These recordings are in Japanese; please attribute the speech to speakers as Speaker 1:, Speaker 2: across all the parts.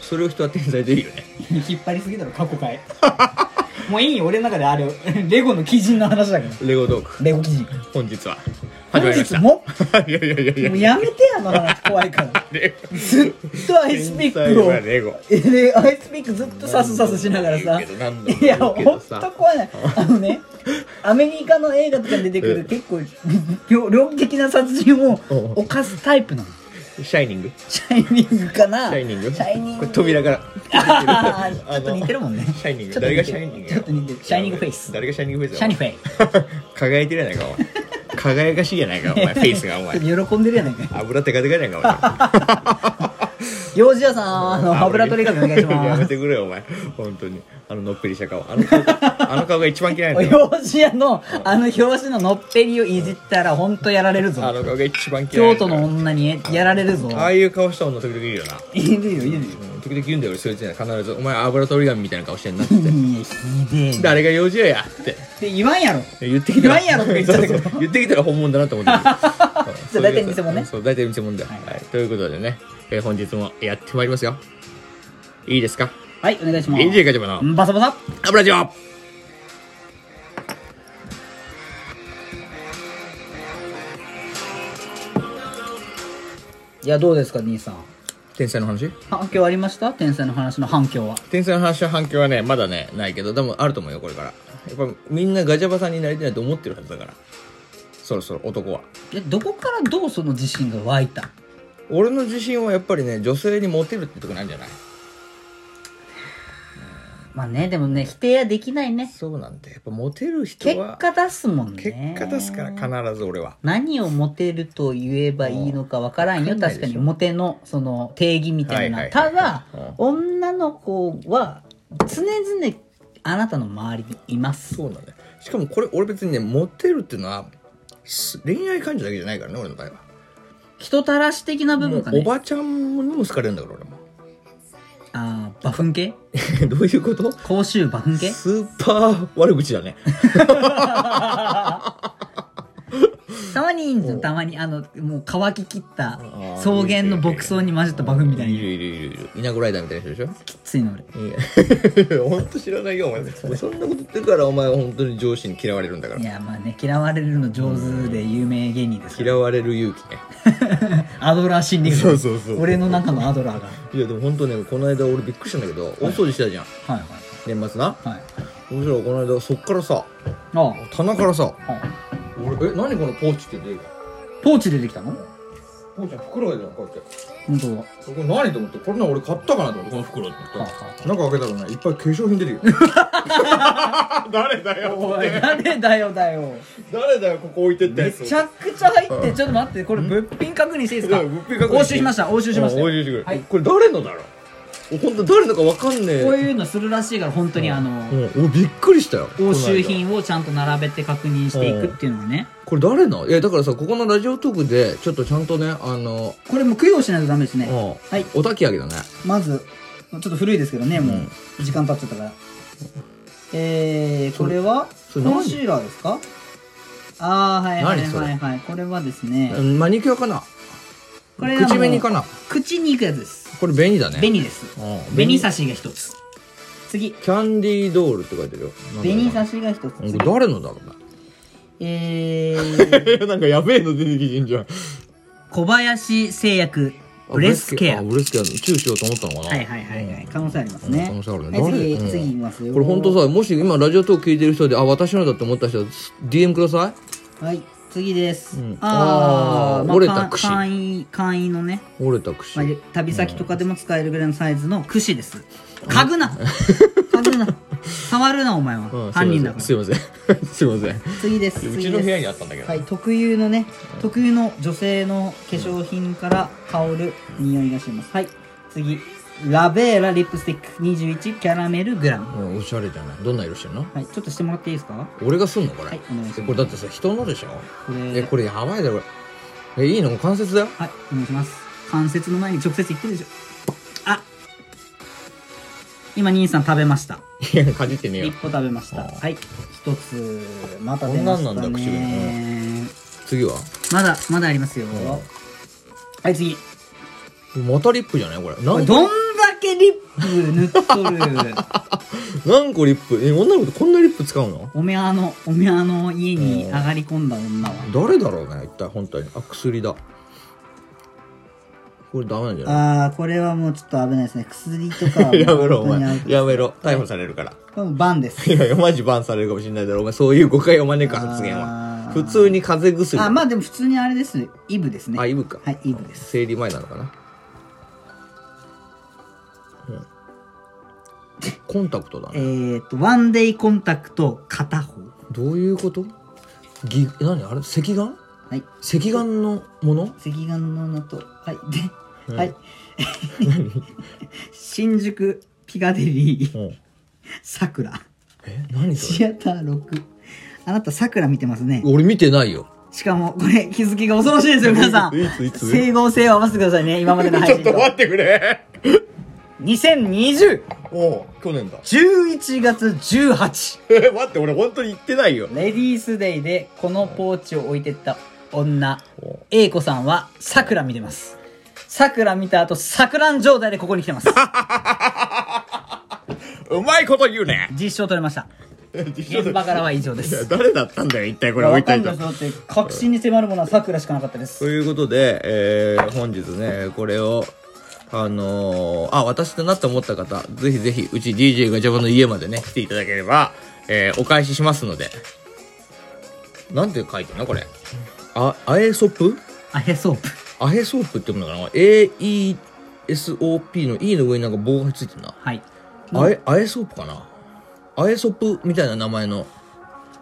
Speaker 1: それを人は天才でいいよね
Speaker 2: 引っ張りすぎだろ過去回もういいよ俺の中であれ レゴの基人の話だから
Speaker 1: レゴトーク
Speaker 2: レゴ基人
Speaker 1: 本日は
Speaker 2: 本
Speaker 1: 始まりまし
Speaker 2: 日
Speaker 1: た
Speaker 2: も
Speaker 1: いやいやいやいや
Speaker 2: もうやめてあの話怖いから
Speaker 1: レゴ
Speaker 2: ずっとアイスピックを
Speaker 1: 天才はレゴ
Speaker 2: えでアイスピックずっとサスサスしながらさ
Speaker 1: 何度も言うけど何度も
Speaker 2: いや
Speaker 1: 言うけ
Speaker 2: ほん
Speaker 1: ど
Speaker 2: と
Speaker 1: さ
Speaker 2: 怖いあのねアメリカの映画とかに出てく
Speaker 1: う
Speaker 2: る
Speaker 1: ん
Speaker 2: 結構猟猟奇的な殺人を
Speaker 1: うん
Speaker 2: 犯すタイプなの
Speaker 1: シャイニングシ
Speaker 2: シャイニングかな
Speaker 1: ャイニング
Speaker 2: シャイニン
Speaker 1: こ
Speaker 2: グ
Speaker 1: れ扉から
Speaker 2: あーちょっと似てるもんね
Speaker 1: あのシャイニング
Speaker 2: ちょっと
Speaker 1: 誰
Speaker 2: 似てる
Speaker 1: がシャイニング
Speaker 2: ちょっと似てるシャイニングフェイス
Speaker 1: 誰がシャイニングフェイス
Speaker 2: シャニ
Speaker 1: フ
Speaker 2: フェイ
Speaker 1: ェイ輝いてるやないかお前輝かしいやないか お前フェイスがお前
Speaker 2: ちょっと喜んでるやないか
Speaker 1: 油テカテカやないか
Speaker 2: 幼児屋さんあ
Speaker 1: お前
Speaker 2: の 油取り紙お願いし
Speaker 1: や
Speaker 2: ま
Speaker 1: め
Speaker 2: す
Speaker 1: てくれよお前本当にあののっぺりした顔あの 顔があの顔が一番嫌いなんだよ
Speaker 2: 幼児屋のあの表紙ののっぺりをいじったら本当やられる
Speaker 1: あ
Speaker 2: ぞ
Speaker 1: の顔が一番嫌い
Speaker 2: 京都の女にやられるぞ
Speaker 1: ああいう顔した女時々いるよな、
Speaker 2: いるよいる
Speaker 1: う
Speaker 2: よ
Speaker 1: ん、時々言うんだよ俺そいつには必ず「お前油取り紙みたいな顔してんな」って
Speaker 2: いやひで
Speaker 1: 「
Speaker 2: えなっ
Speaker 1: 誰が幼児やや」って
Speaker 2: て言わんやろ
Speaker 1: 言ってきたら
Speaker 2: 言わんやろとか言っちゃったけど
Speaker 1: そうそう言ってきたら本物だなと思ってるうん
Speaker 2: そう大体偽物ね
Speaker 1: そう大体偽物だよ、
Speaker 2: はい
Speaker 1: はいということでね、えー本日もやってまいりますよいいですか
Speaker 2: はいお願いします
Speaker 1: AJ ガチャバの
Speaker 2: バサバサ
Speaker 1: 油じょ
Speaker 2: いやどうですか兄さん
Speaker 1: 天才の話
Speaker 2: 反響ありました天才の話の反響は
Speaker 1: 天才の話の反響はねまだねないけど多分あると思うよこれからやっぱみんなガチャバさんになりたいなと思ってるはずだからそろそろ男は
Speaker 2: えどこからどうその自信が湧いた
Speaker 1: 俺の自信はやっぱりね女性にモテるってとこなんじゃない
Speaker 2: まあねでもね否定はできないね
Speaker 1: そうなんだよやっぱモテる人
Speaker 2: 結
Speaker 1: は
Speaker 2: 果出すもんね
Speaker 1: 結果出すから必ず俺は
Speaker 2: 何をモテると言えばいいのかわからん
Speaker 1: わ
Speaker 2: よ
Speaker 1: かんない
Speaker 2: 確
Speaker 1: でしょ
Speaker 2: かにモテのその定義みたいな、
Speaker 1: はいはいはいはい
Speaker 2: ただ、女の子は常々あなたの周りにいます
Speaker 1: そうなんだよしかもこれ俺別にねモテるっていうのはす恋愛感情だけじゃないからね俺の場合は、
Speaker 2: 人たらし的な部分が
Speaker 1: お
Speaker 2: ね
Speaker 1: ばちゃんにも好かれるんだから俺も
Speaker 2: ああバフン系
Speaker 1: どういうこと
Speaker 2: 口臭バフ ン系
Speaker 1: スーパー悪口だね
Speaker 2: たまにいいんですよたまにあのもう乾ききった
Speaker 1: ー
Speaker 2: 草原の牧草に混じったバフンみたい
Speaker 1: い
Speaker 2: に
Speaker 1: るいるいるいる稲子ライダーみたいな人でしょ
Speaker 2: きついの俺
Speaker 1: いや ほんと知らないよお前そんなこと言ってからお前は本当に上司に嫌われるんだから
Speaker 2: いやまあね嫌われるの上手で有名芸人ですから
Speaker 1: 嫌われる勇気ね
Speaker 2: アドラー心理学
Speaker 1: そうそうそう
Speaker 2: 俺の中のアドラーが
Speaker 1: いやでも本当ねこの間俺びっくりしたんだけど大掃除したじゃん
Speaker 2: はい
Speaker 1: 年末な
Speaker 2: はいはい
Speaker 1: そしたらこの間そっからさ
Speaker 2: ああ
Speaker 1: 棚からさ
Speaker 2: あ
Speaker 1: 俺え何このポーチって出てきた
Speaker 2: ポーチ出てきたの
Speaker 1: ポーチの袋が出てきたこうやって
Speaker 2: 本当だ
Speaker 1: これ何と思ってこれな俺買ったかなと思ってこの袋って
Speaker 2: はあは
Speaker 1: 中開けたらねいっぱい化粧品出てきた 誰だよ
Speaker 2: おい誰だよだよ
Speaker 1: 誰だよここ置いてった
Speaker 2: め
Speaker 1: やつ
Speaker 2: ちゃくちゃ入ってちょっと待ってこれ物品確認していいですか
Speaker 1: うん物品確認
Speaker 2: 押収しました押収しましたよ
Speaker 1: 押収してくれ
Speaker 2: はい
Speaker 1: これ誰のだろう本当誰のか分かんねえ
Speaker 2: こういうのするらしいから本当にあの
Speaker 1: うん俺びっくりしたよ
Speaker 2: 押収
Speaker 1: この間
Speaker 2: 品をちゃんと並べて確認していくっていうのはね
Speaker 1: これ誰のいやだからさここのラジオトークでちょっとちゃんとねあの
Speaker 2: これもう供養しないとダメですね
Speaker 1: はいおたき上げだね
Speaker 2: まずちょっと古いですけどねも
Speaker 1: うん
Speaker 2: う時間経っちゃったからえーこれは
Speaker 1: そ
Speaker 2: コ
Speaker 1: れ何
Speaker 2: ンシーラーですかああはいはい
Speaker 1: 何それ
Speaker 2: はいはいこれはですね
Speaker 1: うんマニキュアかな
Speaker 2: これはもう
Speaker 1: 口紅かな
Speaker 2: 口に行くやつです
Speaker 1: これ紅だね
Speaker 2: 紅です
Speaker 1: うん
Speaker 2: 紅差しが一つ次
Speaker 1: キャンディードールって書いてるよ
Speaker 2: 紅
Speaker 1: さ
Speaker 2: 差しが一つ
Speaker 1: これ
Speaker 2: 次
Speaker 1: 誰のだろうな
Speaker 2: え ー
Speaker 1: なんかやべえの出てきてんじゃん。
Speaker 2: 小林製薬ブレスケア
Speaker 1: あブレスケア、チューしようと思ったのかな。
Speaker 2: はいはいはいはい可能性ありますね
Speaker 1: 可能性あるね
Speaker 2: はい次
Speaker 1: 誰
Speaker 2: 次いきますよ
Speaker 1: これ本当さ、もし今ラジオトーク聞いてる人で、あ、私のだって思った人は、DM くださ
Speaker 2: はい次です
Speaker 1: うんあー
Speaker 2: ああまあ
Speaker 1: 折れた
Speaker 2: 簡
Speaker 1: 櫛
Speaker 2: 簡易簡易のね
Speaker 1: い。折れた櫛。
Speaker 2: まあ、旅先とかでも使えるぐらいのサイズの櫛です嗅 ぐな嗅ぐな触るなお前
Speaker 1: うん
Speaker 2: は犯人だから
Speaker 1: すいません。 すいません。
Speaker 2: 次です
Speaker 1: すいません。う
Speaker 2: 次
Speaker 1: ちの部
Speaker 2: で
Speaker 1: 屋
Speaker 2: す
Speaker 1: にあったんだけど。
Speaker 2: はい特有のね特有の女性の化粧品から香る匂いがしますはい次ラベーラリップスティック21キャラメルグラム
Speaker 1: うん、おしゃれじゃない。どんな色してんの
Speaker 2: はいちょっとしてもらっていいですか
Speaker 1: 俺がすんのこれ。
Speaker 2: はいお願いします
Speaker 1: えこれだってさ、人のでしょ
Speaker 2: これ
Speaker 1: え、これやばいだろ、これ。え、いいのもう関節だよ。
Speaker 2: はいお願いします関節の前に直接言ってるでしょあ今兄さん食べました
Speaker 1: いや、かじってねえ
Speaker 2: 一
Speaker 1: よ。
Speaker 2: 歩食べました
Speaker 1: あー
Speaker 2: はい一つまた出ま
Speaker 1: こ
Speaker 2: し
Speaker 1: んな
Speaker 2: た
Speaker 1: んなんだ口
Speaker 2: ね
Speaker 1: 次は
Speaker 2: まだまだありますよはい次
Speaker 1: またリップじゃないこれ。な
Speaker 2: これ
Speaker 1: ん
Speaker 2: どんだけリップ塗っとる。
Speaker 1: 何個リップえ女の子ってこんなリップ使うの
Speaker 2: おめあの、おめあの家に上がり込んだ女は。
Speaker 1: 誰だろうね一体本当にあ薬だこれダメなんじゃない
Speaker 2: ああ、これはもうちょっと危ないですね。薬とか は
Speaker 1: やめろお
Speaker 2: 本当に
Speaker 1: 前
Speaker 2: 危ない
Speaker 1: やめろ逮捕されるから
Speaker 2: これもバンです。
Speaker 1: いやいやマジバンされるかもしれないだろお前そういう誤解を招く発言
Speaker 2: あ
Speaker 1: は
Speaker 2: ー
Speaker 1: 普通に風邪薬
Speaker 2: あ、まあでも普通にあれです。イブですね。
Speaker 1: あイブか
Speaker 2: はい、イブです。
Speaker 1: 生理前なのかな、うんコンタクトだ
Speaker 2: え
Speaker 1: ね
Speaker 2: ー、と、ワンデイコンタクト片方。
Speaker 1: どういうことぎ何あれ赤眼
Speaker 2: はい。
Speaker 1: 赤眼のもの
Speaker 2: 赤眼の女と、はい、で、はい。 新宿ピカデリー、
Speaker 1: うん
Speaker 2: さくら。
Speaker 1: え何そ
Speaker 2: シ
Speaker 1: れ
Speaker 2: アター6。あなた、さくら見てますね。
Speaker 1: 俺見てないよ
Speaker 2: しかも、これ、日付が恐ろしいですよ、皆さん。
Speaker 1: いついつ
Speaker 2: 整合性を合わせてくださいね、今までの配信と。
Speaker 1: ってくれ
Speaker 2: 2020、
Speaker 1: おう去年だ
Speaker 2: 11月18。
Speaker 1: え 待って俺本当に言ってないよ
Speaker 2: レディースデイでこのポーチを置いてった女、A 子さんは桜見てます。桜見た後、桜ん状態でここに来 てます。
Speaker 1: うまいこと言うね
Speaker 2: 実証取れました。現場からは以上で
Speaker 1: いや
Speaker 2: す。
Speaker 1: 誰だったんだよ一体これ置
Speaker 2: わ
Speaker 1: いと
Speaker 2: か
Speaker 1: い
Speaker 2: ん
Speaker 1: た
Speaker 2: ないですだって、確信に迫るものは桜しかなかったで
Speaker 1: と
Speaker 2: す。
Speaker 1: いうことで、えー本日ね、これを、あのーあ、私だなと思った方、ぜひぜひ、うち DJ ガチャバの家までね、来ていただければ、えーお返ししますので。なんて書いてんのこれ。あ、アエソップ
Speaker 2: あ、へソープ。
Speaker 1: アヘソープって読むのかな ?AESOP の E の上になんか棒がついてんな。
Speaker 2: はい。
Speaker 1: アエ、アエソープかなアエソップみたいな名前の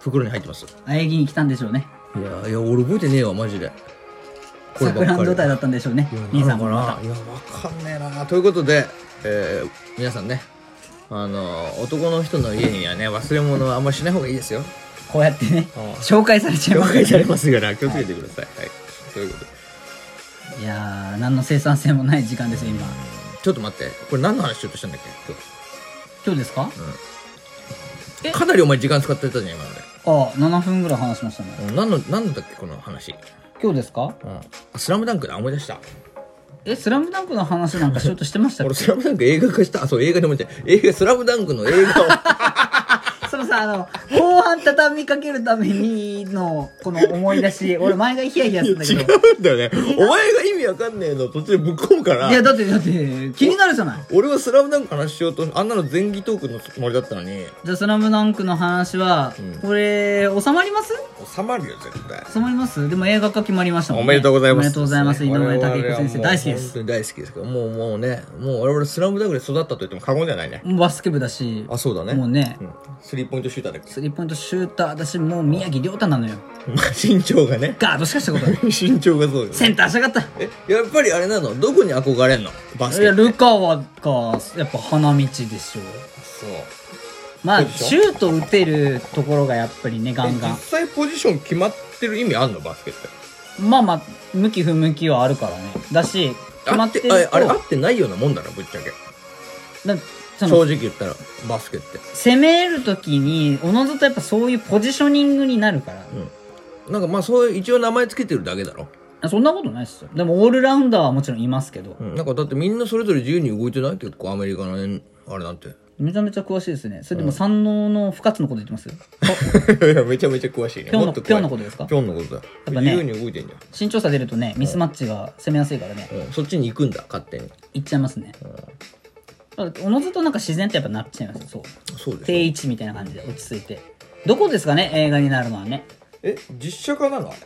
Speaker 1: 袋に入ってます。
Speaker 2: あえぎに来たんでしょうね。
Speaker 1: いやーいや、俺覚えてねえわ、マジで。こればっかり
Speaker 2: 桜ん状態だったんでしょうね。兄さんもまた。
Speaker 1: いやわかんねえなということで、えー皆さんねあの男の人の家にはね忘れ物はあんましない方がいいですよ
Speaker 2: こうやってね
Speaker 1: うん、
Speaker 2: 紹介されちゃい
Speaker 1: 了
Speaker 2: ます。
Speaker 1: 解されますから気をつけてください、はいということで
Speaker 2: いやー、何の生産性もない時間ですよ、今。
Speaker 1: ちょっと待ってこれ何の話しようとしたんだっけ
Speaker 2: 今日ですか
Speaker 1: 今日かなりお前時間使ってたじゃん今まで
Speaker 2: あ、7分ぐらい話しましたね。
Speaker 1: うん何の何だっけこの話
Speaker 2: 今日ですか
Speaker 1: うんあスラムダンクだ思い出した
Speaker 2: え、スラムダンクの話なんかしようとしてましたっ
Speaker 1: 俺スラムダンク映画化したあそう映画でもじゃ映画スラムダンクの映画を
Speaker 2: けそのさ、あの、後半畳みかけるためにの、この思い出し、俺毎回ヒヤヒヤするんだけ ど。
Speaker 1: んだよねお前が意味わかんねえの途中でぶっ込むから
Speaker 2: いや、だって、だって、気になるじゃない。
Speaker 1: 俺はスラムダンクの話しようとあんなの前儀トークのつもりだったのに
Speaker 2: じゃあ、スラムダンクの話は、これ、収まります
Speaker 1: 収まるよ絶対
Speaker 2: 収まりますでも映画化決まりましたもん
Speaker 1: お
Speaker 2: ね。
Speaker 1: めでとうございます
Speaker 2: おめでとうございます。井上武彦先生、
Speaker 1: 我々はもう
Speaker 2: 大好きで
Speaker 1: 本
Speaker 2: す。
Speaker 1: 当に大好きですけどもうもうねもう我々スラムダンクで育ったと言っても過言ではないね
Speaker 2: もうバスケ部だし、
Speaker 1: あそうだね
Speaker 2: もうね
Speaker 1: んスリーポイントシューターだっけ
Speaker 2: スリーポイントシューターだし、もう宮城亮太なのよ。
Speaker 1: まあ身長が ね
Speaker 2: ガードしかしたこ とない。
Speaker 1: 身長がそうよ
Speaker 2: センターしたかった。
Speaker 1: えやっぱりあれなのどこに憧れんのバス
Speaker 2: い
Speaker 1: ケ
Speaker 2: や、
Speaker 1: って
Speaker 2: ルカワか、やっぱ花道でしょ。
Speaker 1: そう
Speaker 2: ま
Speaker 1: そ
Speaker 2: あ、
Speaker 1: うでしょ
Speaker 2: シュート打てるところがやっぱりね、ガ
Speaker 1: え
Speaker 2: ンガ
Speaker 1: 実際ポジション決まってる意味あんのバスケって
Speaker 2: ン。まあまあ、向き不向きはあるからね。だし、決まってると、
Speaker 1: あああれ合ってないようなもんだろぶっちゃけ
Speaker 2: な
Speaker 1: 正
Speaker 2: その
Speaker 1: 直言ったらバスケって
Speaker 2: 攻めるときに、おのずとやっぱそういうポジショニングになるから。
Speaker 1: なんかまあそういう一応名前つけてるだけだろ
Speaker 2: あそんなことないっすよ。でも、オールラウンダーはもちろんいますけど。
Speaker 1: うんなんかだってみんなそれぞれ自由に動いてない結構アメリカのねあれなん てい
Speaker 2: めちゃめちゃ詳しいですね。それでも、三能の不活のこと言ってますよ。
Speaker 1: やめちゃめちゃ詳しいね
Speaker 2: ピョンの
Speaker 1: もっ詳しい
Speaker 2: ピョンのことですか
Speaker 1: ピョンのことだ
Speaker 2: っぱね
Speaker 1: 自由に動いてんじゃ
Speaker 2: 身長差出るとね、ミスマッチが攻めやすいからね、
Speaker 1: ん、うん、そっちに行くんだ勝手に
Speaker 2: いっちゃいますね。だからおのずとなんか自然ってやっぱなっちゃいますよ。そう。
Speaker 1: そうです
Speaker 2: 定位置みたいな感じで落ち着いてどこですかね映画になるのはね
Speaker 1: え実写化なのあれ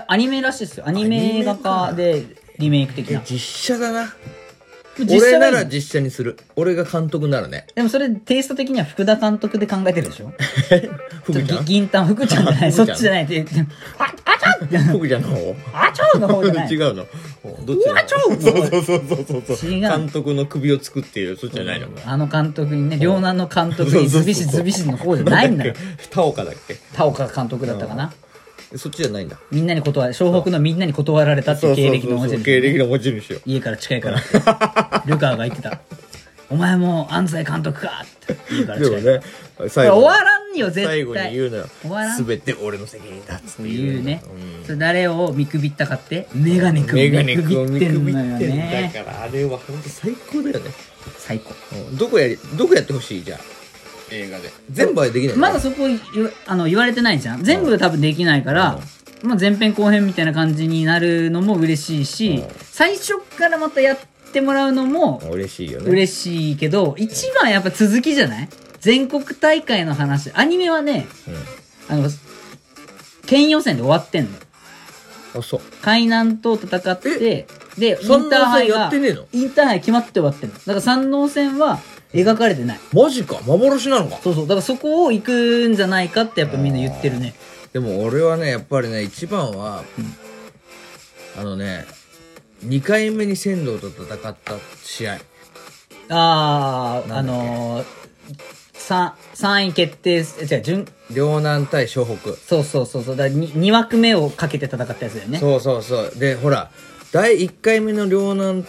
Speaker 2: あアニメらしいですよアニメ映画
Speaker 1: ア
Speaker 2: 化でリメイク的な
Speaker 1: 実写だな
Speaker 2: 実
Speaker 1: 俺な
Speaker 2: 写はいい
Speaker 1: ら
Speaker 2: の
Speaker 1: 実写にする俺が監督ならね
Speaker 2: でもそれテイスト的には福田監督で考えてるでしょ
Speaker 1: 福
Speaker 2: ちょっ
Speaker 1: ちゃ
Speaker 2: と
Speaker 1: ん
Speaker 2: 銀杏福ちゃんじゃない
Speaker 1: あ
Speaker 2: そ
Speaker 1: 福ち
Speaker 2: っ
Speaker 1: ゃん
Speaker 2: ちじゃないって言ってああちゃん
Speaker 1: 福ちゃんの方
Speaker 2: あちゃんの方じゃな い
Speaker 1: 違うのおどっちだ
Speaker 2: ちょう
Speaker 1: そうそうそうそうそうそう
Speaker 2: 違う
Speaker 1: 監督の首を作っているそっちじゃないの
Speaker 2: あの監督にね両南の監督にズビシズビシの方じゃないんだよ
Speaker 1: タオカだっけ
Speaker 2: 田岡監督だったかな
Speaker 1: えそっちじゃないんだ
Speaker 2: みんなに断湘北のみんなに断られたっていう経歴
Speaker 1: そ
Speaker 2: の文字
Speaker 1: うそうそうそう
Speaker 2: で
Speaker 1: 経歴の持ち主よ
Speaker 2: 家から近いからルカワが言ってた「お前も安西監督か」っていいだ
Speaker 1: でもね、最
Speaker 2: 終
Speaker 1: 後に
Speaker 2: わらんよ、絶対。
Speaker 1: 最後に言うのよ
Speaker 2: 終わらん。
Speaker 1: すべて俺の責任だっつって
Speaker 2: 言うね
Speaker 1: うん。
Speaker 2: それ誰を見くびったかってメガネくん
Speaker 1: メガネ
Speaker 2: 見く
Speaker 1: 君を
Speaker 2: びっ
Speaker 1: 見
Speaker 2: て
Speaker 1: く
Speaker 2: ん
Speaker 1: び
Speaker 2: の
Speaker 1: っ
Speaker 2: よ
Speaker 1: てん
Speaker 2: ね。
Speaker 1: だから、あれは本当最高だよね。
Speaker 2: 最高。
Speaker 1: うんどこやり、どこやってほしいじゃあ映画で。全部はできない。
Speaker 2: まだそこ言うあの言われてないじゃん。全部多分できないから、まあ、前編後編みたいな感じになるのも嬉しいし
Speaker 1: うん、
Speaker 2: 最初からまたやってもらうのも
Speaker 1: 嬉しいよね。
Speaker 2: 嬉しいけど、一番やっぱ続きじゃない全国大会の話。アニメはね、
Speaker 1: うん
Speaker 2: あの、県予選で終わってんの。
Speaker 1: あ、そう。
Speaker 2: 海南と戦って、で、イ
Speaker 1: そん
Speaker 2: ンター
Speaker 1: な
Speaker 2: ハイ
Speaker 1: や
Speaker 2: が
Speaker 1: って、ねえの
Speaker 2: インターハイ決まって終わってんの。だから山王戦は描かれてない。
Speaker 1: マジか幻なのか
Speaker 2: そうそう。だからそこを行くんじゃないかってやっぱみんな言ってるね。
Speaker 1: でも俺はねやっぱりね一番は、あのね2回目に仙道と戦った試合
Speaker 2: ああ、
Speaker 1: な
Speaker 2: あ
Speaker 1: んだっけ
Speaker 2: のー、さ3位決定す、え違う、順、
Speaker 1: 両南対湘北、
Speaker 2: そうそうそう、そうだ 2, 枠目をかけて戦ったやつだよね。
Speaker 1: そうそうそうでほら第1回目の両南と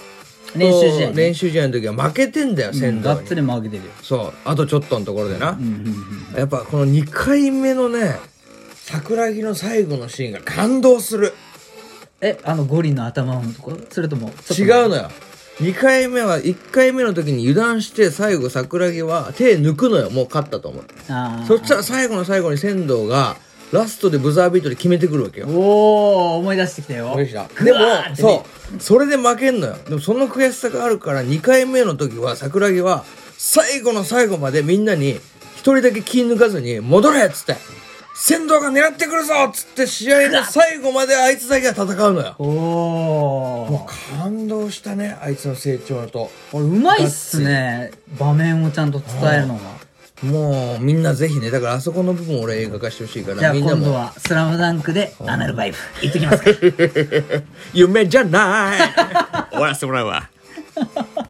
Speaker 2: 練習試合ね
Speaker 1: 練習試合の時は負けてんだよ
Speaker 2: うん
Speaker 1: 仙
Speaker 2: が
Speaker 1: 道
Speaker 2: っ
Speaker 1: に、
Speaker 2: つりも上げてるよ。
Speaker 1: そうあとちょっとのところでな、
Speaker 2: うんうんうん。
Speaker 1: やっぱこの2回目のね桜木の最後のシーンが感動する
Speaker 2: え、あのゴリの頭のところそれとも、
Speaker 1: 違うのよ2回目は1回目の時に油断して最後桜木は手抜くのよもう勝ったと思う
Speaker 2: ああ。
Speaker 1: そしたら最後の最後に仙道がラストでブザービートで決めてくるわけよ
Speaker 2: おお思い出してきたよ。
Speaker 1: で
Speaker 2: うわー
Speaker 1: も
Speaker 2: ってね
Speaker 1: そうそれで負けんのよでもその悔しさがあるから2回目の時は桜木は最後の最後までみんなに1人だけ気抜かずに戻れっつって仙道が狙ってくるぞっつって試合の最後まであいつだけが戦うのよ
Speaker 2: おお
Speaker 1: 感動したねあいつの成長と
Speaker 2: これうまいっすね場面をちゃんと伝えるのが
Speaker 1: もうみんなぜひねだからあそこの部分俺映画化してほしいか
Speaker 2: じゃ
Speaker 1: ら
Speaker 2: あ
Speaker 1: みんな
Speaker 2: 今度
Speaker 1: も
Speaker 2: は「スラムダンクでアナルバイブいってきますか
Speaker 1: 夢じゃない終わらせてもらうわ